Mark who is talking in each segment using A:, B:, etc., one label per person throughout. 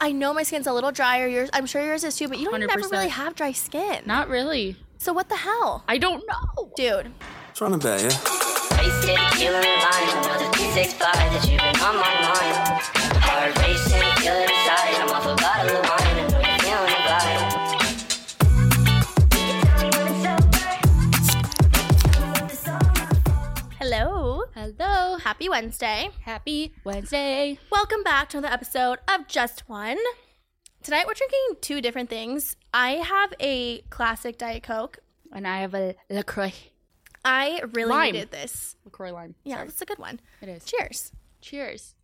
A: I know my skin's a little drier. Yours, I'm sure yours is too, but you don't never
B: 100%.
A: really have dry skin.
B: Not really.
A: So what the hell?
B: I don't know.
A: Dude,
C: What's wrong about you?
D: Wasted human line, another T6 that you've been on my mind. Heart racing, feeling inside. I'm off a bottle of wine, I know you're feeling the vibe.
A: hello.
B: Hello.
A: Happy Wednesday.
B: Happy Wednesday.
A: Welcome back to another episode of Just One. Tonight we're drinking two different things. I have a classic Diet Coke.
B: And I have a LaCroix.
A: I really
B: Lime.
A: needed this.
B: LaCroix lime.
A: Yeah, that's a good one.
B: It is.
A: Cheers.
B: Cheers.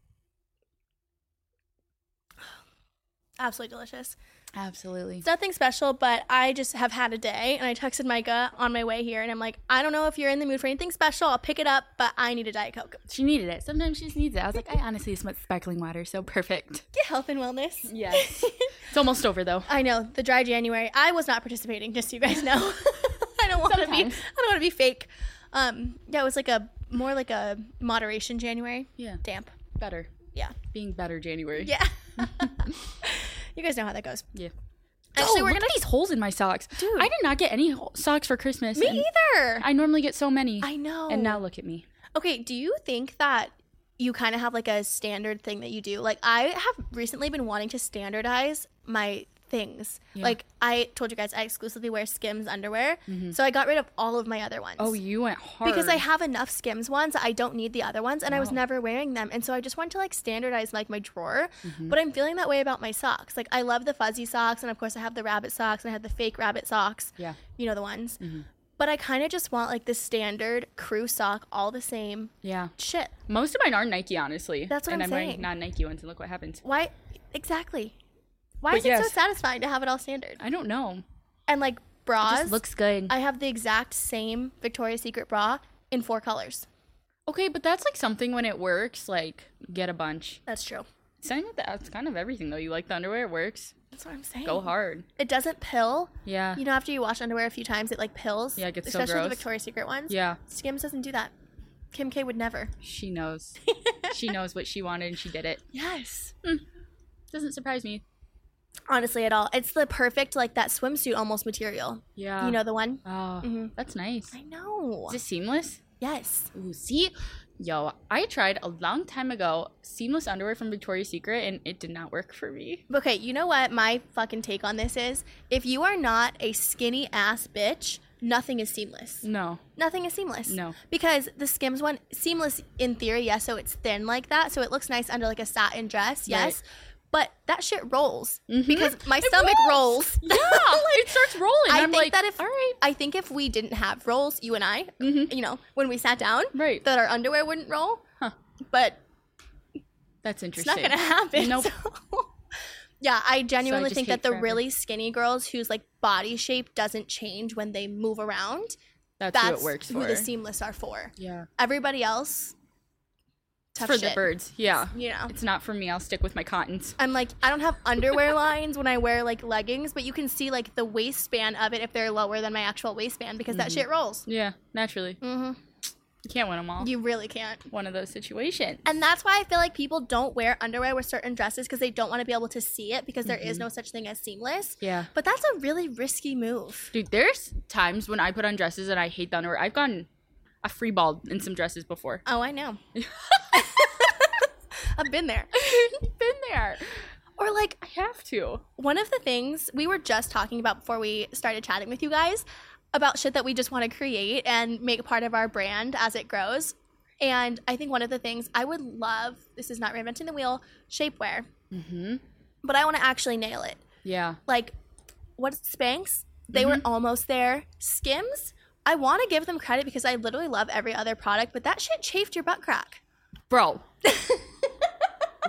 A: Absolutely delicious.
B: Absolutely.
A: It's nothing special, but I just have had a day and I texted Micah on my way here and I'm like, I don't know if you're in the mood for anything special. I'll pick it up, but I need a Diet Coke.
B: She needed it. Sometimes she just needs it. I was like, I honestly just want sparkling water. So perfect.
A: Yeah, health and wellness.
B: Yes. it's almost over though.
A: I know the dry January. I was not participating, just so you guys know. I don't want to be. I don't
B: Sometimes.
A: want to be fake. Um, yeah, it was like a more like a moderation January.
B: Yeah.
A: Damp.
B: Better.
A: Yeah.
B: Being better January.
A: Yeah. you guys know how that goes.
B: Yeah.
A: Actually,
B: oh,
A: we're
B: look
A: gonna.
B: at these holes in my socks.
A: Dude.
B: I did not get any ho- socks for Christmas.
A: Me
B: and
A: either. I,
B: I normally get so many.
A: know.
B: And now look at me.
A: okay. Do you think that you kind of have like a standard thing that you do? Like I have recently been wanting to standardize my things.
B: Yeah.
A: Like I told you guys, I exclusively wear Skims underwear, so I got rid of all of my other ones.
B: Oh, you went hard.
A: because I have enough Skims ones, I don't need the other ones, and I was
B: Wow.
A: never wearing them, and so I just wanted to like standardize like my drawer.
B: Mm-hmm.
A: But I'm feeling that way about my socks. Like I love the fuzzy socks, and of course I have the rabbit socks, and I have the fake rabbit socks.
B: Yeah. Mm-hmm.
A: you know the ones. But I kind of just want like the standard crew sock, all the same
B: Yeah.
A: shit.
B: Most of mine are Nike, honestly.
A: That's what
B: and
A: I'm
B: I'm wearing
A: saying.
B: non Nike ones, and look what happens.
A: Why exactly? Why
B: But
A: is it
B: yes.
A: so satisfying to have it all standard?
B: I don't know.
A: And like
B: It
A: bras,
B: just looks good.
A: I have the exact same Victoria's Secret bra in four colors.
B: okay, but that's like something when it works, like get a bunch.
A: That's true.
B: Same with that. It's kind of everything though. You like the underwear, it works.
A: That's what I'm saying.
B: Go hard.
A: It doesn't pill.
B: Yeah.
A: You know, after you wash underwear a few times, it like pills.
B: Yeah, it gets so
A: especially the
B: gross.
A: Victoria's Secret ones.
B: yeah.
A: Skims doesn't do that. Kim K would never.
B: She knows. she knows what she wanted and she did it.
A: Yes.
B: Doesn't surprise me.
A: Honestly, at all, it's the perfect like that swimsuit almost material.
B: Yeah.
A: You know the one.
B: Oh,
A: Mhm.
B: that's nice.
A: I know.
B: Is it seamless?
A: yes.
B: Ooh, see? Yo, I tried a long time ago seamless underwear from Victoria's Secret and it did not work for me.
A: Okay, you know what my fucking take on this is? If you are not a skinny ass bitch, nothing is seamless.
B: No.
A: Nothing is seamless.
B: No.
A: Because the Skims one, seamless in theory, yes, so it's thin like that, so it looks nice under like a satin dress, yes. But that shit rolls because my stomach rolls.
B: Mm-hmm. Yeah, it starts rolling.
A: I
B: I'm
A: think
B: like,
A: that if
B: all right,
A: I think if we didn't have rolls, you and I, you know, when we sat down,
B: Right.
A: that our underwear wouldn't roll.
B: Mm-hmm. Huh.
A: But it's
B: that's
A: not
B: interesting.
A: gonna happen.
B: Nope.
A: so- yeah, I genuinely
B: just
A: think that
B: hate
A: the
B: forever.
A: really skinny girls whose like body shape doesn't change when they move around,
B: That's,
A: that's
B: who it works for.
A: the seamless are for.
B: yeah,
A: Everybody else,
B: it's
A: tough
B: for
A: shit.
B: the birds. Yeah,
A: You know,
B: it's not for me. I'll stick with my cottons.
A: I'm like I don't have underwear lines when I wear like leggings, but you can see like the waistband of it if they're lower than my actual waistband because that shit rolls.
B: Yeah, naturally,
A: hmm
B: you can't win them all.
A: You really can't.
B: One of those situations.
A: And that's why I feel like people don't wear underwear with certain dresses because they don't want to be able to see it because there is no such thing as seamless.
B: Yeah,
A: But that's a really risky move.
B: dude. There's times when I put on dresses and I hate the underwear. I've gotten a free ball in some dresses before.
A: Oh, I know. I've been there.
B: Been there.
A: Or like
B: I have to.
A: one of the things we were just talking about before we started chatting with you guys about shit that we just want to create and make part of our brand as it grows. And I think one of the things I would love, this is not reinventing the wheel, shapewear,
B: Mm-hmm.
A: but I want to actually nail it.
B: Yeah.
A: like what's Spanx? They were almost there. Skims, I want to give them credit because I literally love every other product, but that shit chafed your butt crack.
B: bro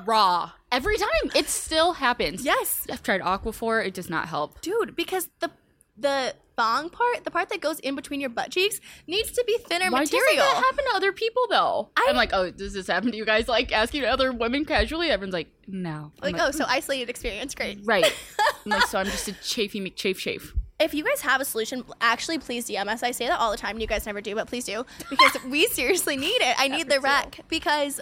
B: raw every time it still happens
A: Yes,
B: i've tried aquaphor it does not help
A: dude, because the the thong part, the part that goes in between your butt cheeks, needs to be thinner
B: why doesn't
A: material.
B: that happen to other people though
A: I-
B: I, am like oh does this happen to you guys like asking other women casually everyone's like no I'm
A: Like, oh, so isolated experience, great.
B: right I'm like so i'm just a chafy mcchafe chafe
A: If you guys have a solution, actually, please DM us. I say that all the time, and you guys never do, but please do because we seriously need it. I need the
B: Never do.
A: rec because,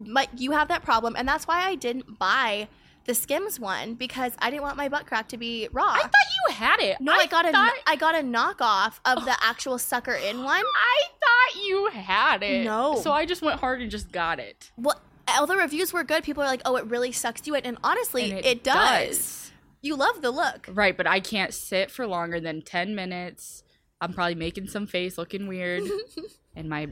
A: like, you have that problem, and that's why I didn't buy the the Skims one because I didn't want my butt crack to be raw.
B: I thought you had it.
A: no, I, got a
B: thought, Oh.
A: I got a knockoff of the actual sucker in one.
B: I thought you had it.
A: No.
B: So I just went hard and just got it.
A: Well, all the reviews were good. People are like, "Oh, it really sucks you in," and honestly,
B: And
A: it, does. You love the look.
B: Right, but I can't sit for longer than 10 minutes. I'm probably making some face looking weird. and my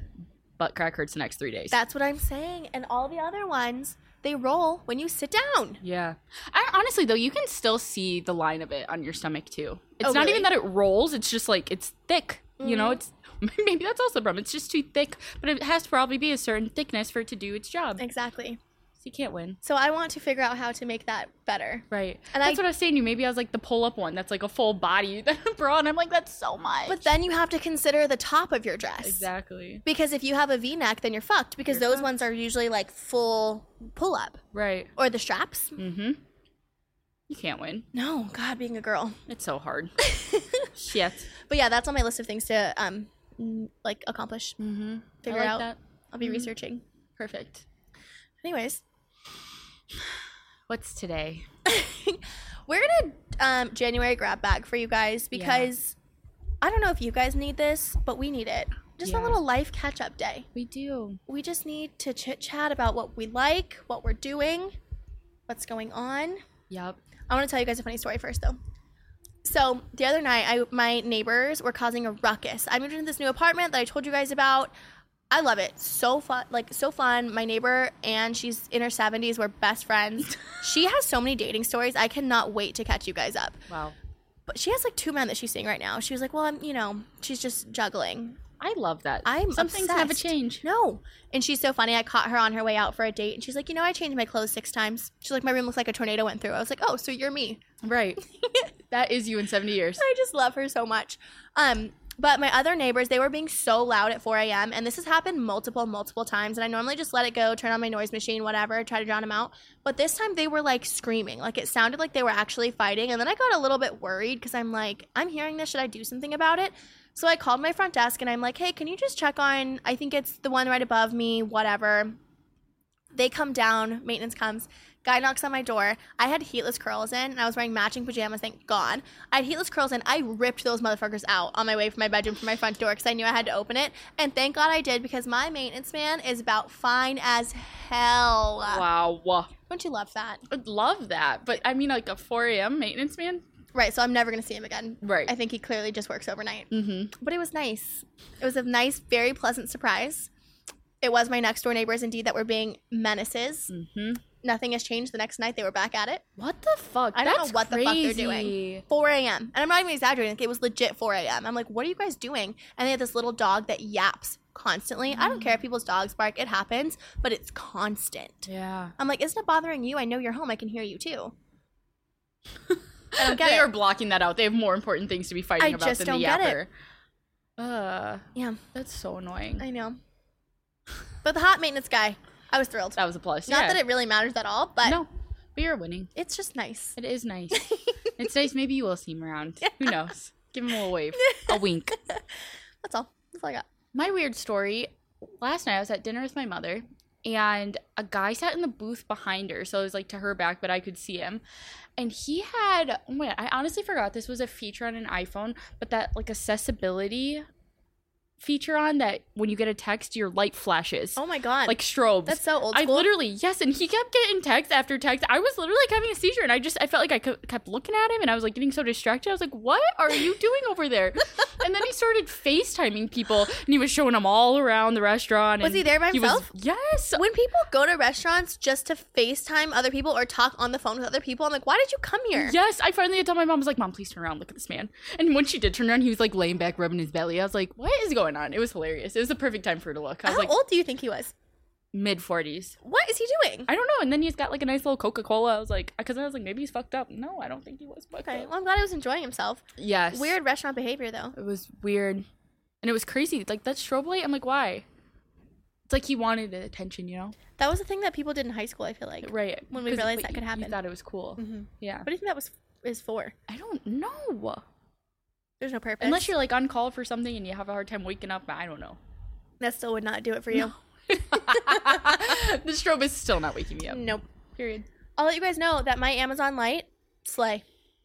B: butt crack hurts the next three days.
A: That's what I'm saying. And all the other ones, they roll when you sit down.
B: yeah. I, honestly, though, you can still see the line of it on your stomach, too. It's
A: Oh,
B: not even
A: really? Mm-hmm.
B: that it rolls, it's just like it's thick. You know, it's maybe that's also the problem. It's just too thick, but it has to probably be a certain thickness for it to do its job. So
A: Exactly.
B: you can't win.
A: So I want to figure out how to make that better.
B: Right.
A: And
B: that's
A: I-
B: what I was saying to you. Maybe I was like the pull up one that's like a full body bra, and I'm like, that's so much.
A: But then you have to consider the top of your dress.
B: exactly.
A: Because if you have a V-neck, then you're fucked because
B: You're
A: those
B: fucked.
A: ones are usually like full pull-up
B: Right.
A: or the straps.
B: Mm hmm. You can't win.
A: No, God, being a girl.
B: It's so hard. Shit.
A: But yeah, that's on my list of things to um n- like accomplish.
B: Mm-hmm.
A: Figure out. I'll be
B: Mhm.
A: researching.
B: Perfect.
A: Anyways,
B: What's today?
A: we're gonna um, January grab bag for you guys
B: Yeah.
A: because I don't know if you guys need this, but we need it. Just
B: Yeah.
A: a little life catch-up day.
B: We do.
A: We just need to chit chat about what we like, what we're doing, what's going on.
B: Yep.
A: I want to tell you guys a funny story first, though. So the other night, I my neighbors were causing a ruckus. I moved into this new apartment that I told you guys about. I love it. So fun, like so fun. My neighbor and she's in her seventies. We're best friends. she has so many dating stories. I cannot wait to catch you guys up.
B: Wow.
A: But she has like two men that she's seeing right now. She was like, "Well, I'm, you know, she's just juggling."
B: I love that.
A: I'm
B: Some things never
A: obsessed.
B: change.
A: No. And she's so funny. I caught her on her way out for a date, and she's like, "You know, I changed my clothes six times." She's like, "My room looks like a tornado went through." I was like, "Oh, so you're me."
B: Right. that is you in 70 years.
A: I just love her so much. Um, but my other neighbors, they were being so loud at 4 a.m. And this has happened multiple, multiple times. And I normally just let it go, turn on my noise machine, whatever, try to drown them out. But this time they were like screaming. Like it sounded like they were actually fighting. And then I got a little bit worried because I'm like, I'm hearing this. Should I do something about it? So I called my front desk and I'm like, hey, can you just check on, I think it's the one right above me, whatever. They come down, maintenance comes. Guy knocks on my door. I had heatless curls in, and I was wearing matching pajamas. Thank God. I had heatless curls in. I ripped those motherfuckers out on my way from my bedroom to my front door because I knew I had to open it. And thank God I did because my maintenance man is about fine as hell.
B: Wow.
A: Don't you love that?
B: I'd love that. But I mean, like a 4 a.m. maintenance man?
A: Right. So I'm never gonna see him again.
B: Right.
A: I think he clearly just works overnight.
B: Mm
A: But it was nice. It was a nice, very pleasant surprise. It was my next door neighbors indeed that were being menaces.
B: hmm. Mm hmm.
A: Nothing has changed. The next night they were back at it.
B: What the fuck?
A: I don't know
B: That's
A: what the fuck they're doing.
B: crazy.
A: 4 a.m. And I'm not even exaggerating. Like, it was legit 4 a.m. I'm like, what are you guys doing? And they had this little dog that yaps constantly. I don't care if people's dogs bark, it happens, but it's constant.
B: Yeah.
A: I'm like, isn't it bothering you? I know you're home. I can hear you too. I don't get
B: they
A: it.
B: are blocking that out. They have more important things to be fighting
A: I
B: about
A: just
B: than
A: don't
B: the
A: get
B: yapper.
A: it.
B: Uh,
A: Yeah,
B: that's so annoying.
A: I know. But the hot maintenance guy, I was thrilled.
B: that was a plus.
A: Not
B: yeah.
A: that it really matters at all, but
B: no, but you're winning.
A: it's just nice.
B: It is nice. it's nice. Maybe you will see him around. Who knows? Give him a little wave, a wink.
A: That's all. That's all I got.
B: My weird story. Last night I was at dinner with my mother, and a guy sat in the booth behind her, so it was like to her back, but I could see him. And he had, oh my god, I honestly forgot this was a feature on an iPhone, but that like accessibility feature on that when you get a text, your light flashes
A: Oh my God.
B: like strobes.
A: that's so old
B: I
A: school.
B: literally yes, and he kept getting text after text. I was literally like having a seizure, and I just I felt like I cou- kept looking at him, and I was like getting so distracted. I was like, "What are you doing over there?" and then he started FaceTiming people, and he was showing them all around the restaurant.
A: Was
B: and
A: he there by
B: was-
A: himself?
B: yes.
A: when people go to restaurants just to FaceTime other people or talk on the phone with other people, I'm like, why did you come here?
B: Yes, I finally had told my mom, I was like, Mom, please turn around, look at this man. And when she did turn around, he was like laying back, rubbing his belly. I was like, What is going on? It was hilarious. It was the perfect time for her to look. I was
A: How
B: like,
A: old do you think he was?
B: mid 40s.
A: What is he doing?
B: I don't know. And then he's got like a nice little Coca Cola. I was like, Because I was like, Maybe he's fucked up. No, I don't think he was fucked
A: Okay,
B: up.
A: well, I'm glad he was enjoying himself.
B: Yes.
A: Weird restaurant behavior, though.
B: It was weird. And it was crazy. Like that strobe light, I'm like, why? It's like he wanted the attention, you know?
A: That was the thing that people did in high school. I feel like.
B: Right.
A: When we
B: 'Cause-
A: realized
B: but
A: that could
B: you- you
A: happen.
B: thought it was cool.
A: Mhm.
B: Yeah.
A: What do you think that was is for?
B: I don't know.
A: There's no purpose.
B: Unless you're like on call for something and you have a hard time waking up, I don't know.
A: that still would not do it for you. Mm.
B: the strobe is still not waking me up.
A: Nope.
B: Period.
A: I'll let you guys know that my Amazon Light sleigh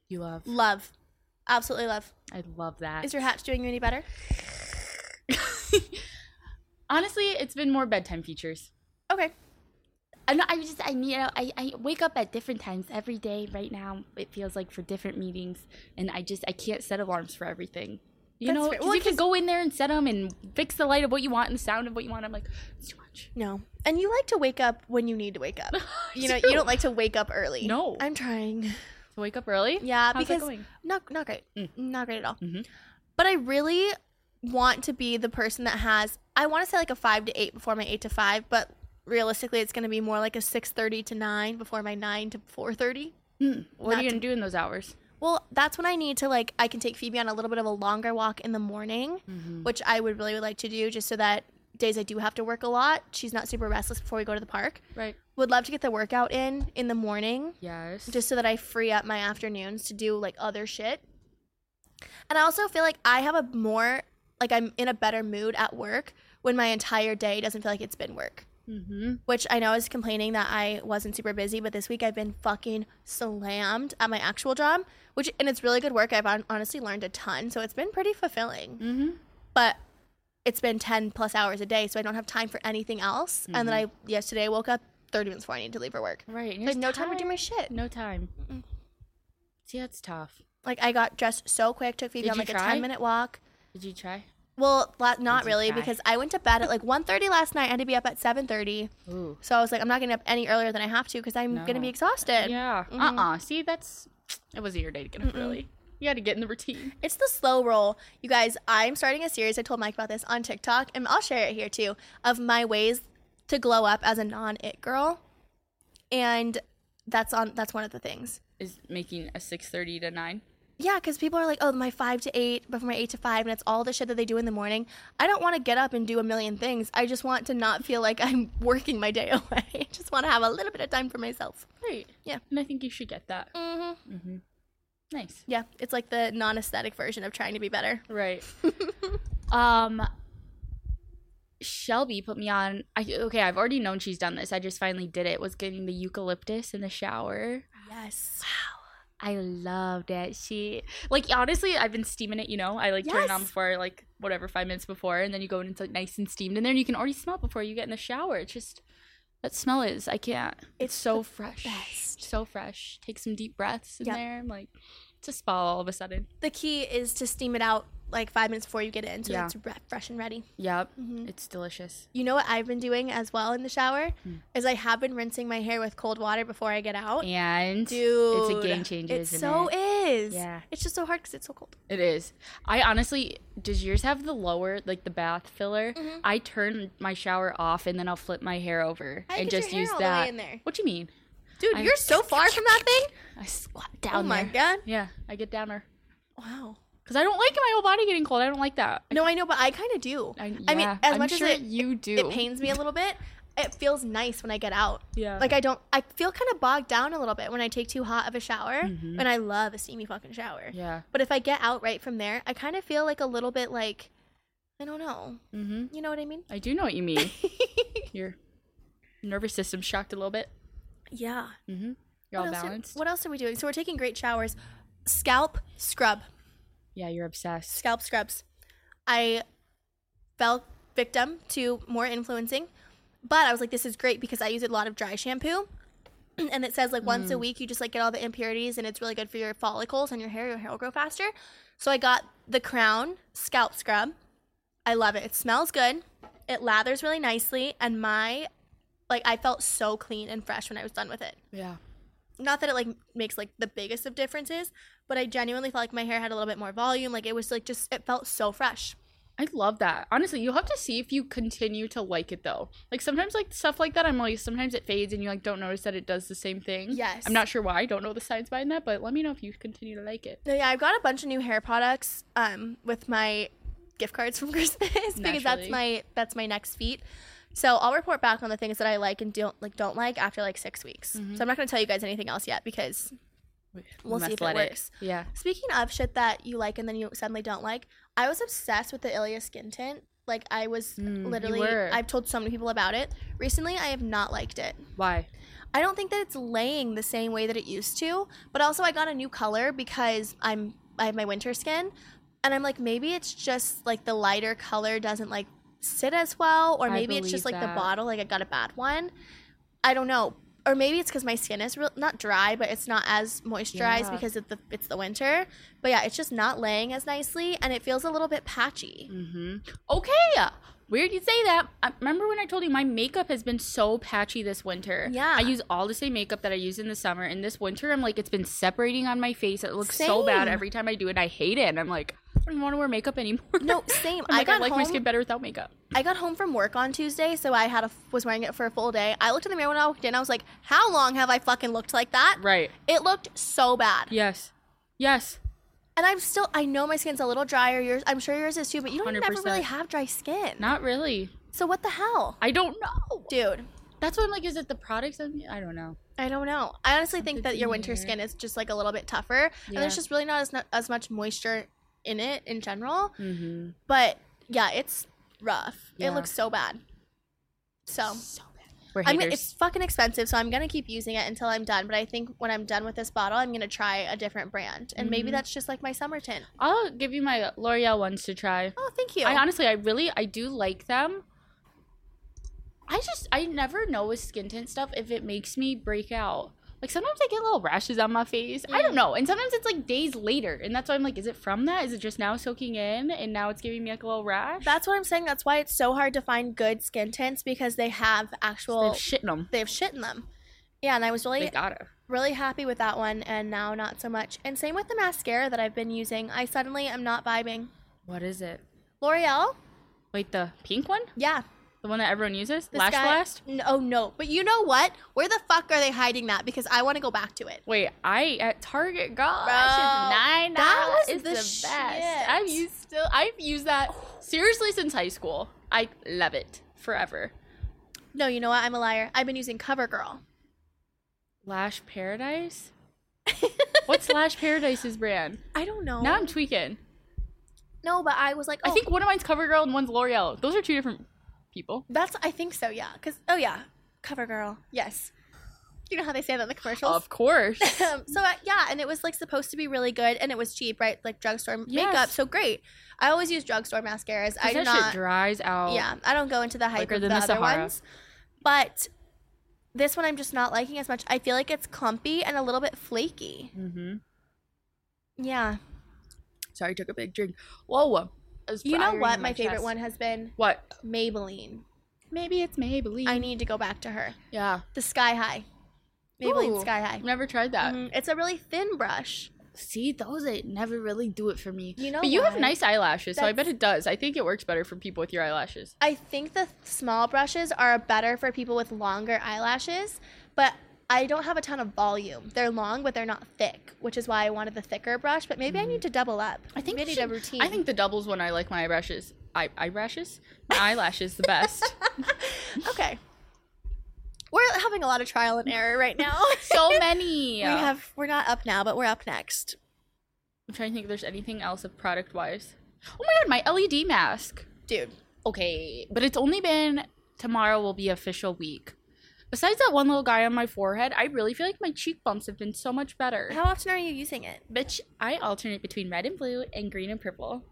B: You love.
A: love, absolutely love.
B: I love that.
A: Is your hatch doing you any better?
B: Honestly, it's been more bedtime features.
A: Okay.
B: I know. I just. I you know. I, I wake up at different times every day. Right now, it feels like for different meetings, and I just I can't set alarms for everything. You
A: That's
B: know,
A: fair.
B: 'cause
A: Well,
B: you can
A: 'cause-
B: go in there and set them and fix the light of what you want and the sound of what you want. I'm like, it's too much.
A: No. And you like to wake up when you need to wake up. You know, you don't like to wake up early.
B: No.
A: I'm trying.
B: to wake up early.
A: Yeah,
B: How's that
A: because
B: going? Mm.
A: not not great. Not great at all.
B: Mhm.
A: But I really want to be the person that has I want to say like a 5 to 8 before my 8 to 5, but realistically it's going to be more like a 6:30 to 9 before my 9 to 4:30.
B: What are
A: not
B: you
A: to-
B: gonna do in those hours?
A: Well, that's when I need to like I can take Phoebe on a little bit of a longer walk in the morning,
B: Mm-hmm.
A: which I would really would like to do just so that days I do have to work a lot, she's not super restless before we go to the park.
B: Right.
A: Would love to get the workout in in the morning
B: Yes.
A: just so that I free up my afternoons to do like other shit. And I also feel like I have a more like I'm in a better mood at work when my entire day doesn't feel like it's been work.
B: Mm-hmm.
A: Which I know I was complaining that I wasn't super busy, but this week I've been fucking slammed at my actual job, which and it's really good work. I've hon- honestly learned a ton, so it's been pretty fulfilling.
B: Mm-hmm.
A: But it's been 10 plus hours a day, so I don't have time for anything else. And then I
B: Mm-hmm.
A: yesterday I woke up 30 minutes before I needed to leave for work.
B: Right. and
A: Like
B: you're
A: no time to do
B: tired.
A: my shit.
B: No time. Mm. See, that's tough.
A: Like I got dressed so quick, took Phoebe
B: Did
A: on
B: you
A: like a
B: try?
A: ten minute walk.
B: Did you try?
A: Well, la- not
B: Did you
A: really
B: try?
A: because I went to bed at like 1.30 last night. I had to be up at seven thirty,
B: Ooh.
A: so I was like, I'm not getting up any earlier than I have to because I'm gonna
B: No.
A: be exhausted.
B: Yeah. Uh uh See, that's. It wasn't your day to get up early. You got to get in the routine.
A: It's the slow roll, you guys. I'm starting a series. I told Mike about this on TikTok, and I'll share it here too of my ways to glow up as a non it girl, and that's on that's one of the things.
B: Is making a six thirty to nine.
A: Yeah, because people are like, oh, my five to eight, but from my eight to five, and it's all the shit that they do in the morning. I don't want to get up and do a million things. I just want to not feel like I'm working my day away. I just want to have a little bit of time for myself.
B: Right.
A: Yeah.
B: And I think you should get that.
A: Mm-hmm.
B: Nice.
A: Yeah, it's like the non aesthetic version of trying to be better.
B: Right. um. Shelby put me on. I, okay, I've already known she's done this. I just finally did it. Was getting the eucalyptus in the shower.
A: Yes.
B: I love that shit. Like honestly, I've been steaming it. You know, I like turn it on
A: Yes.
B: before, like whatever, five minutes before, and then you go and it's like nice and steamed in there, and you can already smell it before you get in the shower. It's just that smell is I can't. It's,
A: It's
B: so
A: the
B: fresh,
A: best.
B: so fresh. Take some deep breaths in
A: Yep.
B: there. I'm like, it's a spa all of a sudden.
A: The key is to steam it out like five minutes before you get in so
B: Yeah.
A: that it's re- fresh and ready.
B: Yep,
A: Mhm.
B: it's delicious.
A: You know what I've been doing as well in the shower? Is I have been rinsing my hair with cold water before I get out.
B: And
A: Dude,
B: it's a game changer.
A: It
B: isn't
A: so
B: it?
A: is.
B: Yeah.
A: It's just so hard because it's so cold.
B: It is. I honestly, does yours have the lower, like the bath filler? I turn my shower off and then I'll flip my hair over
A: How do you
B: and
A: get your
B: just
A: hair
B: use
A: all the way
B: that.
A: in there?
B: What do you mean?
A: Dude,
B: I'm-
A: you're so far from that thing.
B: I squat down.
A: my
B: there.
A: God.
B: Yeah, I get downer
A: Wow.
B: because I don't like my whole body getting cold. I don't like that.
A: No, I know, but I kind of do.
B: I,
A: I, mean,
B: yeah,
A: as
B: I'm
A: much
B: sure
A: as it,
B: you do,
A: it pains me a little bit, it feels nice when I get out.
B: Yeah.
A: Like I don't, I feel kind of bogged down a little bit when I take too hot of a shower, and I love a steamy fucking shower.
B: Mm-hmm. yeah.
A: But if I get out right from there, I kind of feel like a little bit like, I don't know.
B: Mm-hmm.
A: You know what I mean?
B: I do know what you mean. Your nervous system shocked a little bit.
A: yeah.
B: Mm-hmm. You're
A: What
B: all
A: else, are,
B: balanced.
A: what else are we doing? So we're taking great showers. Scalp scrub.
B: yeah, you're obsessed.
A: scalp scrubs. I fell victim to more influencing, but I was like, this is great because I use a lot of dry shampoo. And it says like once a week you just like get all the impurities and it's really good for your follicles and your hair. Your hair will grow faster. So I got the Crown scalp scrub. I love it. It smells good. It lathers really nicely, and my like I felt so clean and fresh when I was done with it
B: Yeah.
A: not that it like makes like the biggest of differences, but I genuinely felt like my hair had a little bit more volume. Like it was like just it felt so fresh.
B: I love that. Honestly, you'll have to see if you continue to like it though. Like sometimes like stuff like that, I'm like sometimes it fades and you like don't notice that it does the same thing.
A: Yes.
B: I'm not sure why. I don't know the science behind that, but let me know if you continue to like it.
A: No, yeah, I've got a bunch of new hair products um with my gift cards from Christmas because that's
B: Naturally.
A: my that's my next feat. So I'll report back on the things that I like and don't like don't like after like six weeks.
B: Mm-hmm.
A: So I'm not gonna tell you guys anything else yet because We'll see
B: must
A: if it
B: let
A: works.
B: Yeah.
A: speaking of shit that you like and then you suddenly don't like, I was obsessed with the Ilia skin tint. Like I was
B: Mm, you
A: literally
B: were.
A: I've told so many people about it. Recently I have not liked it.
B: Why?
A: I don't think that it's laying the same way that it used to, but also I got a new color because I'm I have my winter skin and I'm like maybe it's just like the lighter color doesn't like sit as well or
B: I
A: maybe it's just
B: believe
A: like the
B: that.
A: bottle like I got a bad one. I don't know. Or maybe it's cuz my skin is real, not dry, but it's not as moisturized
B: Yeah.
A: because it's the it's the winter. But yeah, it's just not laying as nicely and it feels a little bit patchy.
B: Mm-hmm. Okay. Weird you say that. I remember when I told you my makeup has been so patchy this winter.
A: Yeah.
B: I use all the same makeup that I use in the summer. And this winter, I'm like, it's been separating on my face. It looks so bad
A: Same.
B: every time I do it. I hate it. And I'm like, I don't want to wear makeup anymore.
A: No, same.
B: I'm
A: I
B: like, I,
A: got
B: like my
A: home-
B: skin better without makeup.
A: I got home from work on Tuesday, so I had a was wearing it for a full day. I looked in the mirror when I walked in. I was like, "How long have I fucking looked like that?"
B: Right.
A: It looked so bad.
B: Yes. Yes.
A: And I'm still. I know my skin's a little drier. Yours, I'm sure yours is too. But you don't ever
B: 100%.
A: really have dry skin.
B: Not really.
A: So what the hell,
B: I don't know.
A: dude?
B: That's why I'm like, is it the products? I'm, I don't know.
A: I don't know. I honestly think that your winter
B: here.
A: skin is just like a little bit tougher, and
B: Yeah.
A: there's just really not as not, as much moisture in it in general.
B: Mm-hmm.
A: But yeah, it's rough.
B: Yeah.
A: It looks so bad. So
B: bad. We're
A: I'm
B: haters.
A: gonna, it's fucking expensive, so I'm gonna keep using it until I'm done. But I think when I'm done with this bottle, I'm gonna try a different brand, and maybe
B: Mhm.
A: that's just like my summer tint.
B: I'll give you my L'Oreal ones to try.
A: Oh, thank you.
B: I honestly, I really, I do like them. I just, I never know with skin tint stuff if it makes me break out. Like sometimes I get little rashes on my face. I
A: Mm.
B: don't know, and sometimes it's like days later, and that's why I'm like, is it from that? Is it just now soaking in, and now it's giving me like a little rash?
A: that's what I'm saying. That's why it's so hard to find good skin tints because they have actual
B: They've shit in them.
A: they have shit in them. Yeah, and I was
B: They
A: really
B: gotta.
A: really happy with that one, and now not so much. And same with the mascara that I've been using. I suddenly am not vibing.
B: What is it?
A: L'Oreal,
B: Wait, the pink one,
A: yeah,
B: the one that everyone uses,
A: the
B: Lash
A: sky-
B: Blast.
A: N- Oh no, but you know what? Where the fuck are they hiding that? Because I want to go back to it.
B: Wait, I at Target got
A: Bro,
B: nine.
A: that
B: dollars.
A: was
B: It's
A: the shit.
B: I've used still. I've used that seriously since high school. I love it forever.
A: No, you know what? I'm a liar. I've been using CoverGirl.
B: Lash Paradise. What's Lash Paradise's brand?
A: I don't know.
B: Now I'm tweaking.
A: no, but I was like, oh,
B: I think one of mine's CoverGirl and one's L'Oreal. Those are two different people.
A: that's. I think so. Yeah. Cause oh yeah, CoverGirl. Yes. You know how they say that in the commercials.
B: Of course.
A: Um, so uh, yeah, and it was like supposed to be really good, and it was cheap, right? Like drugstore
B: Yes.
A: makeup. So great. I always use drugstore mascaras. I
B: that
A: do
B: shit
A: not.
B: dries out.
A: Yeah, I don't go into the hype
B: Lighter
A: of the,
B: than the
A: other
B: Sahara.
A: ones. But this one I'm just not liking as much. I feel like it's clumpy and a little bit flaky.
B: Mm-hmm.
A: Yeah.
B: Sorry, I took a big drink. Whoa.
A: You know what? My, favorite one has been
B: What?
A: Maybelline.
B: Maybe it's Maybelline.
A: I need to go back to her.
B: yeah.
A: The Sky High. Maybelline
B: Ooh.
A: Sky High.
B: I've never tried that.
A: Mhm, It's a really thin brush.
B: Mm-hmm. See, those it never really do it for me.
A: You know
B: but you have
A: why?
B: nice eyelashes, so I
A: That's-
B: bet it does. I think it works better for people with your eyelashes.
A: I think the small brushes are better for people with longer eyelashes, but I don't have a ton of volume. They're long, but they're not thick, which is why I wanted the thicker brush. But maybe I need to double up.
B: I
A: maybe Mm.
B: think
A: I
B: you
A: need
B: should-
A: a routine.
B: I think the doubles when I like my eyebrushes. Eye, eyebrushes? My eyelashes the best.
A: okay. We're having a lot of trial and error right now.
B: so many.
A: we have we're not up now, but we're up next.
B: I'm trying to think if there's anything else of product wise. Oh my god, my LED mask.
A: Dude,
B: Okay, but it's only been tomorrow will be official week. Besides that one little guy on my forehead, I really feel like my cheek bumps have been so much better.
A: how often are you using it?
B: Bitch, I alternate between red and blue and green and purple.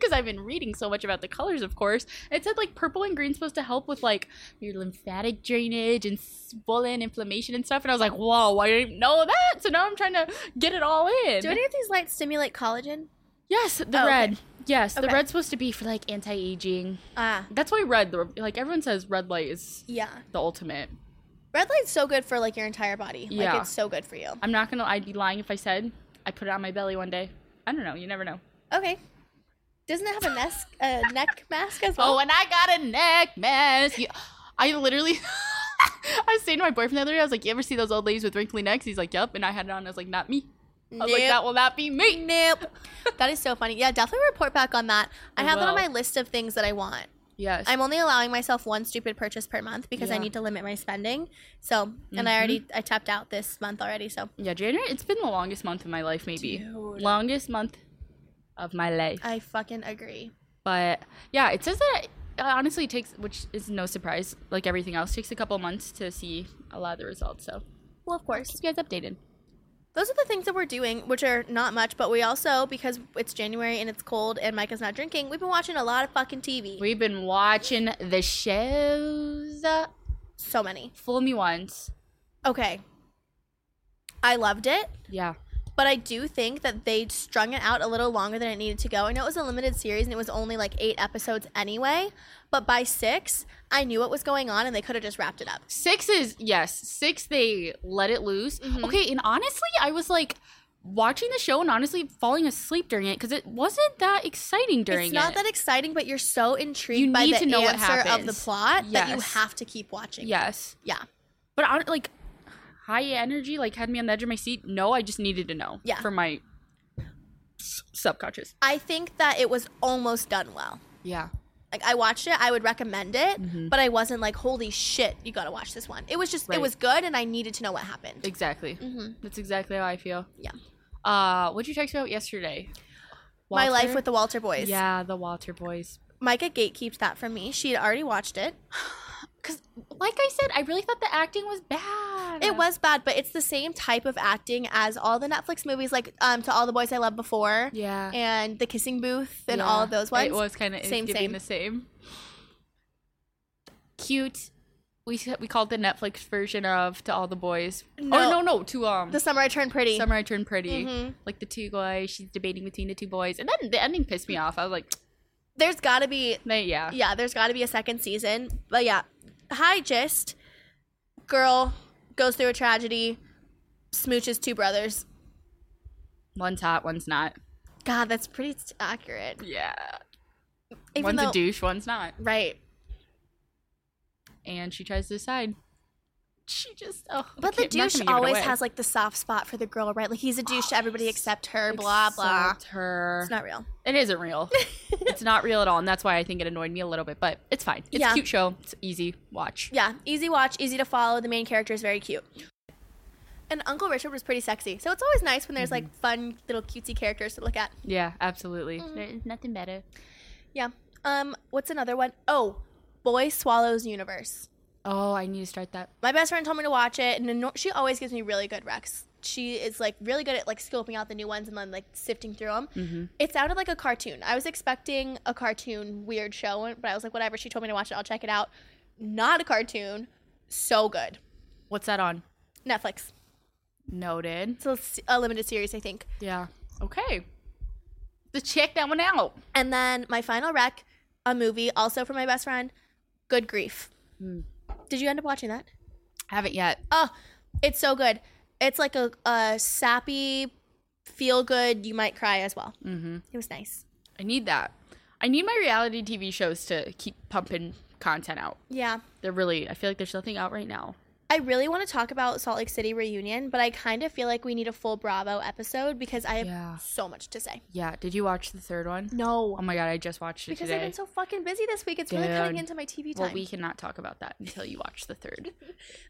B: Because I've been reading so much about the colors, of course. It said like purple and green supposed to help with like your lymphatic drainage and swollen inflammation and stuff. And I was like, whoa, I didn't know that. So now I'm trying to get it all in.
A: Do any of these lights stimulate collagen?
B: yes, the
A: Oh, okay.
B: red. Yes,
A: Okay.
B: the red's supposed to be for like anti aging.
A: Ah,
B: That's why red, the- like everyone says red light is
A: yeah.
B: the ultimate.
A: Red light's so good for like your entire body. Like
B: Yeah.
A: it's so good for you.
B: I'm not going to, I'd be lying if I said I put it on my belly one day. I don't know. You never know.
A: Okay. Doesn't it have a neck a neck mask as well?
B: Oh, and I got a neck mask. You- I literally, I was saying to my boyfriend the other day, I was like, "You ever see those old ladies with wrinkly necks?" He's like, "Yep." And I had it on. I was like, "Not me." I was like, "That will not be me."
A: Nope. that is so funny. Yeah, definitely report back on that. I
B: I
A: have that on
B: will.
A: my list of things that I want.
B: Yes.
A: I'm only allowing myself one stupid purchase per month because I
B: Yeah. Mm-hmm.
A: need to limit my spending. So, and I already I tapped out this month already. So
B: yeah, January. It's been the longest month of my life, maybe. Longest month of my life.
A: I fucking agree.
B: But yeah, it says that it honestly takes, which is no surprise, like everything else, takes a couple months to see a lot of the results. So
A: Well, of course.
B: keep you guys updated.
A: Those are the things that we're doing, which are not much, but we also, because it's January and it's cold and Micah's not drinking, we've been watching a lot of fucking TV.
B: We've been watching the shows.
A: so many.
B: Fool me once.
A: Okay. I loved it,
B: Yeah.
A: but I do think that they strung it out a little longer than it needed to go. I know it was a limited series and it was only like eight episodes anyway, but by six, I knew what was going on and they could have just wrapped it up.
B: Six is yes. Six they let it loose. Okay, and honestly, I was like watching the show and honestly falling asleep during it because it wasn't that exciting during
A: it's not
B: it.
A: that exciting, but you're so intrigued
B: You
A: by
B: need
A: the
B: to know what
A: answer of the
B: happens.
A: plot that you
B: Yes.
A: have to keep watching.
B: yes,
A: Yeah.
B: but on like high energy, like had me on the edge of my seat. No, I just needed to know.
A: Yeah.
B: for my s- subconscious.
A: I think that it was almost done well.
B: Yeah,
A: like I watched it, I would recommend it, but I wasn't like, holy shit, you gotta watch this one. It was just, it
B: Mm-hmm. Right.
A: was good, and I needed to know what happened.
B: exactly.
A: hmm
B: Mm. That's exactly how I feel.
A: Yeah.
B: Uh, what'd you text me about yesterday?
A: My life
B: Walter?
A: with the Walter boys.
B: Yeah, the Walter boys.
A: Micah gatekeeps that from me. She had already watched it.
B: Cause, like I said, I really thought the acting was bad.
A: It was bad, but it's the same type of acting as all the Netflix movies, like um, to all the boys I loved before,
B: Yeah.
A: and the Kissing Booth, and all of those ones.
B: It was kind of
A: Same,
B: same, giving
A: same.
B: the same. Cute. We s- we called the Netflix version of To All the Boys.
A: No.
B: Or no, no, to um
A: The summer I turned pretty.
B: Summer I Turned Pretty.
A: Mhm.
B: Like the two guys, she's debating between the two boys, and then the ending pissed me off. I was like,
A: There's gotta be
B: "They- yeah,
A: yeah, there's got to be a second season. But yeah, high gist. Girl goes through a tragedy, smooches two brothers.
B: one's hot, one's not.
A: God, that's pretty s- accurate.
B: Yeah,
A: Even
B: one's
A: though,
B: a douche, one's not."
A: right?
B: And she tries to decide. She just oh, I
A: But the
B: can't- I'm not
A: douche
B: gonna give it
A: always
B: away.
A: has like the soft spot for the girl, right? Like he's a douche to everybody except her. Blah blah.
B: Except her.
A: It's not real.
B: It isn't real. it's not real at all, and that's why I think it annoyed me a little bit. But it's fine. It's
A: Yeah.
B: a cute show. It's easy watch.
A: Yeah, easy watch, easy to follow. The main character is very cute. And Uncle Richard was pretty sexy, so it's always nice when there's like
B: Mm-hmm.
A: fun little cutesy characters to look at.
B: Yeah, absolutely.
A: Mm-hmm.
C: There's nothing better.
A: Yeah. Um, what's another one? Oh, Boy Swallows Universe.
B: Oh, I need to start that.
A: my best friend told me to watch it and then she always gives me really good recs she is like really good at like scoping out the new ones and then like sifting through them it sounded like a cartoon i was expecting a cartoon weird show but i was like whatever she told me to watch it i'll check it out not a cartoon so good
B: What's that on?
A: netflix
B: Noted.
A: so a limited series i think
B: Yeah. Okay. To check that one out.
A: and then my final rec a movie also from my best friend good grief did you end up watching that
B: Haven't yet.
A: Oh, it's so good. It's like a, a sappy, feel good, you might cry as well. Mm-hmm. It was nice.
B: I need that. I need my reality TV shows to keep pumping content out.
A: Yeah.
B: They're really. I feel like there's nothing out right now.
A: I really want to talk about Salt Lake City reunion, but I kind of feel like we need a full Bravo episode because I have
B: Yeah.
A: so much to say.
B: Yeah. Did you watch the third one?
A: No.
B: Oh my god, I just watched it
A: because I've
B: today.
A: been so fucking busy this week. It's really cutting
B: Dude.
A: into my TV time.
B: well, we cannot talk about that until you watch the third.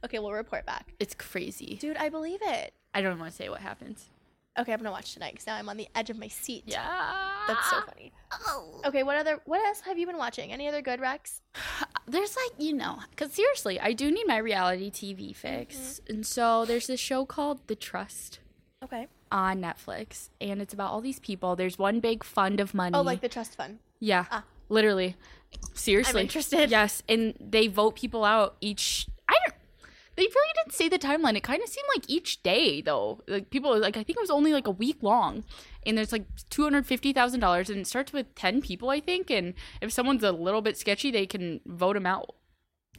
A: Okay, we'll report back.
B: It's crazy.
A: Dude, I believe it.
B: I don't want to say what happens.
A: Okay, I'm going to watch tonight because now I'm on the edge of my seat.
B: Yeah.
A: That's so funny. Okay, what other what else have you been watching? Any other good recs?
B: There's like, you know, because seriously, I do need my reality TV fix.
A: Mm-hmm.
B: And so there's this show called The Trust
A: Okay.
B: on Netflix. And it's about all these people. There's one big fund of money.
A: Oh, like the trust fund.
B: Yeah. Literally.
A: Ah.
B: Seriously.
A: interested.
B: Yes. And they vote people out each. I don't. They really didn't say the timeline. It kind of seemed like each day, though. Like people, like I think it was only like a week long, and there's like two hundred fifty thousand dollars, and it starts with ten people, I think. And if someone's a little bit sketchy, they can vote them out,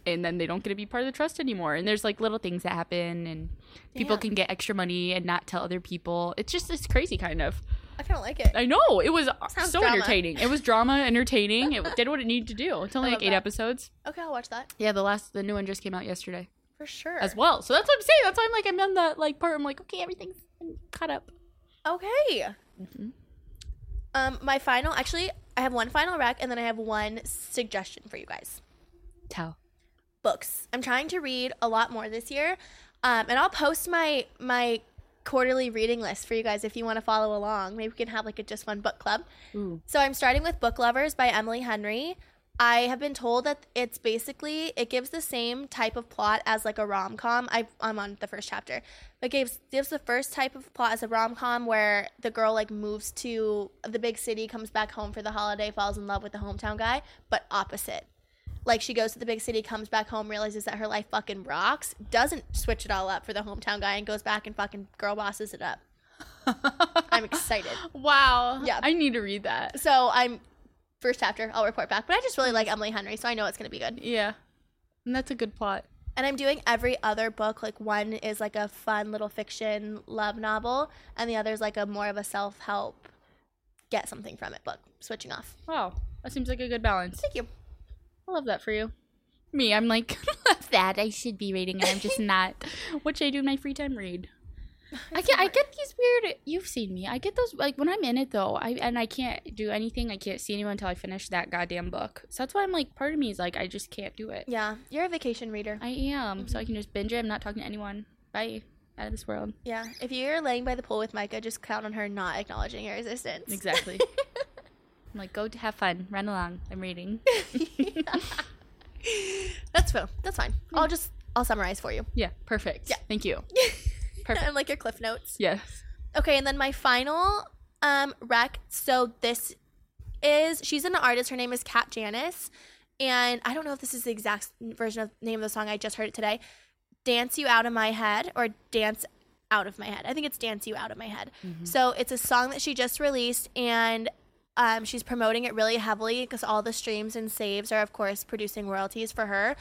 B: and then they don't get to be part of the trust anymore. And there's like little things that happen, and people
A: Damn.
B: can get extra money and not tell other people. It's just it's crazy, kind of.
A: I kind of like it.
B: I know it was uh,
A: Sounds
B: so
A: drama.
B: entertaining. It was drama, entertaining. It did what it needed to do. It's only
A: I
B: like
A: love
B: eight
A: that.
B: episodes.
A: Okay, I'll watch that
B: Yeah, the last the new one just came out yesterday
A: for sure.
B: as well. So that's what I'm saying. That's why I'm like I'm on that like part. I'm like okay, everything's caught up.
A: Okay. Um, my final, actually, I have one final rec, and then I have one suggestion for you guys.
B: Tell.
A: Books. I'm trying to read a lot more this year, um, and I'll post my my quarterly reading list for you guys if you want to follow along. Maybe we can have like a just one book club.
B: Ooh.
A: So I'm starting with Book Lovers by Emily Henry. I have been told that it's basically it gives the same type of plot as like a rom com. I'm on the first chapter. It gives gives the first type of plot as a rom com where the girl like moves to the big city, comes back home for the holiday, falls in love with the hometown guy, but opposite like she goes to the big city, comes back home, realizes that her life fucking rocks, doesn't switch it all up for the hometown guy, and goes back and fucking girl bosses it up. I'm excited.
B: Wow.
A: Yeah.
B: I need to read that.
A: So I'm first chapter. I'll report back, but I just really like Emily Henry, so I know it's gonna be good.
B: Yeah. And that's a good plot.
A: And I'm doing every other book. Like one is like a fun little fiction love novel, and the other is like a more of a self help, get something from it book. Switching off.
B: Wow. That seems like a good balance.
A: Thank you.
B: I love that for you. Me, I'm like, love that. I should be reading, and I'm just not. what should I do in my free time? Read. I get, I get these weird. You've seen me. I get those like when I'm in it though. I and I can't do anything. I can't see anyone until I finish that goddamn book. So that's why I'm like, part of me is like, I just can't do it.
A: Yeah, you're a vacation reader.
B: I am. So I can just binge it. I'm not talking to anyone. Bye. Out of this world.
A: Yeah, if you're laying by the pool with Micah, just count on her not acknowledging your existence.
B: Exactly. I'm like, go to have fun. Run along. I'm reading.
A: That's fine. That's fine. I'll just I'll summarize for you.
B: Yeah. Perfect.
A: Yeah.
B: Thank you. Perfect.
A: and like your cliff notes.
B: Yes.
A: Okay, and then my final um rec. So this is she's an artist. Her name is Kat Janice, and I don't know if this is the exact version of name of the song. I just heard it today. Dance you out of my head or dance out of my head. I think it's dance you out of my head. So it's a song that she just released, and um, she's promoting it really heavily because all the streams and saves are of course producing royalties for her.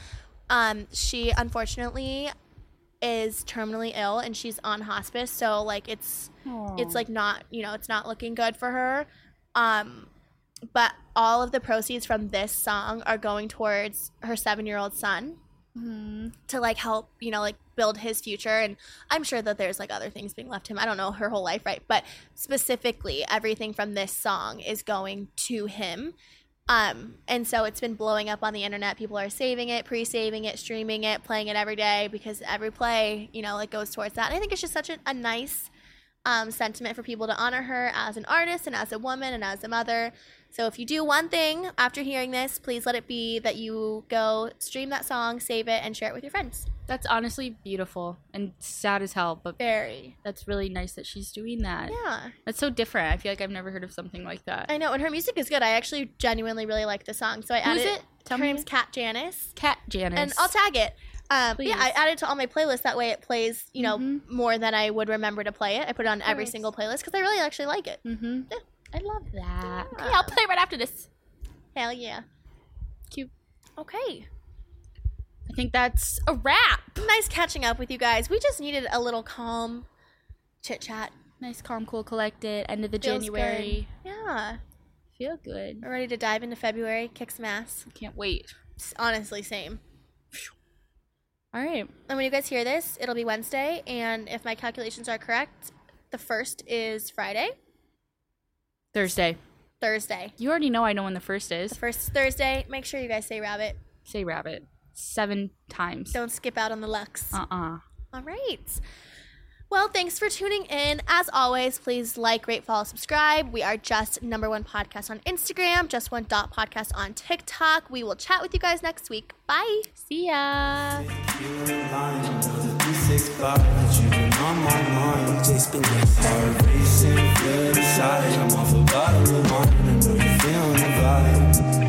A: Um, she unfortunately is terminally ill and she's on hospice, so like it's it's like not you know it's not looking good for her um but all of the proceeds from this song are going towards her seven year old son to like help you know like build his future and i'm sure that there's like other things being left to him i don't know her whole life right but specifically everything from this song is going to him um and so it's been blowing up on the internet people are saving it pre-saving it streaming it playing it every day because every play you know like goes towards that and i think it's just such a, a nice um, sentiment for people to honor her as an artist and as a woman and as a mother. So if you do one thing after hearing this, please let it be that you go stream that song, save it, and share it with your friends.
B: That's honestly beautiful and sad as hell, but
A: Very.
B: that's really nice that she's doing that.
A: Yeah.
B: That's so different. I feel like I've never heard of something like that.
A: I know, and her music is good. I actually genuinely really like the song. So I
B: Who's
A: added
B: it? Tell
A: her
B: me.
A: name's Kat Janice.
B: Cat Janice.
A: And I'll tag it. Um, but yeah, I
B: Please.
A: added it to all my playlists. That way it plays, you know,
B: Mhm.
A: more than I would remember to play it. I put it on every
B: course.
A: single playlist because I really actually like it.
B: Mm-hmm.
A: Yeah.
B: I love that.
A: Yeah.
B: Okay, I'll play right after this.
A: Hell yeah.
B: Cute.
A: Okay.
B: I think that's a wrap.
A: nice catching up with you guys. We just needed a little calm chit chat.
B: Nice, calm, cool, collected. End of the
A: Feels
B: January.
A: Yeah.
B: Feel good.
A: We're ready to dive into February, kick some ass.
B: Can't wait.
A: It's honestly, same.
B: All right.
A: And when you guys hear this, it'll be Wednesday. And if my calculations are correct, the first is Friday,
B: Thursday.
A: Thursday.
B: You already know I know when the first
A: The
B: is.
A: first is Thursday. Make sure you guys say rabbit.
B: Say rabbit. Seven times.
A: Don't skip out on the Lux.
B: Uh-uh.
A: All right. Well, thanks for tuning in. As always, please like, rate, follow, subscribe. We are just number one podcast on Instagram, just one dot podcast on TikTok. We will chat with you guys next week. Bye.
B: See ya.
C: Heart racing, feel inside. I'm off a bottle of wine. I know you're feeling the vibe.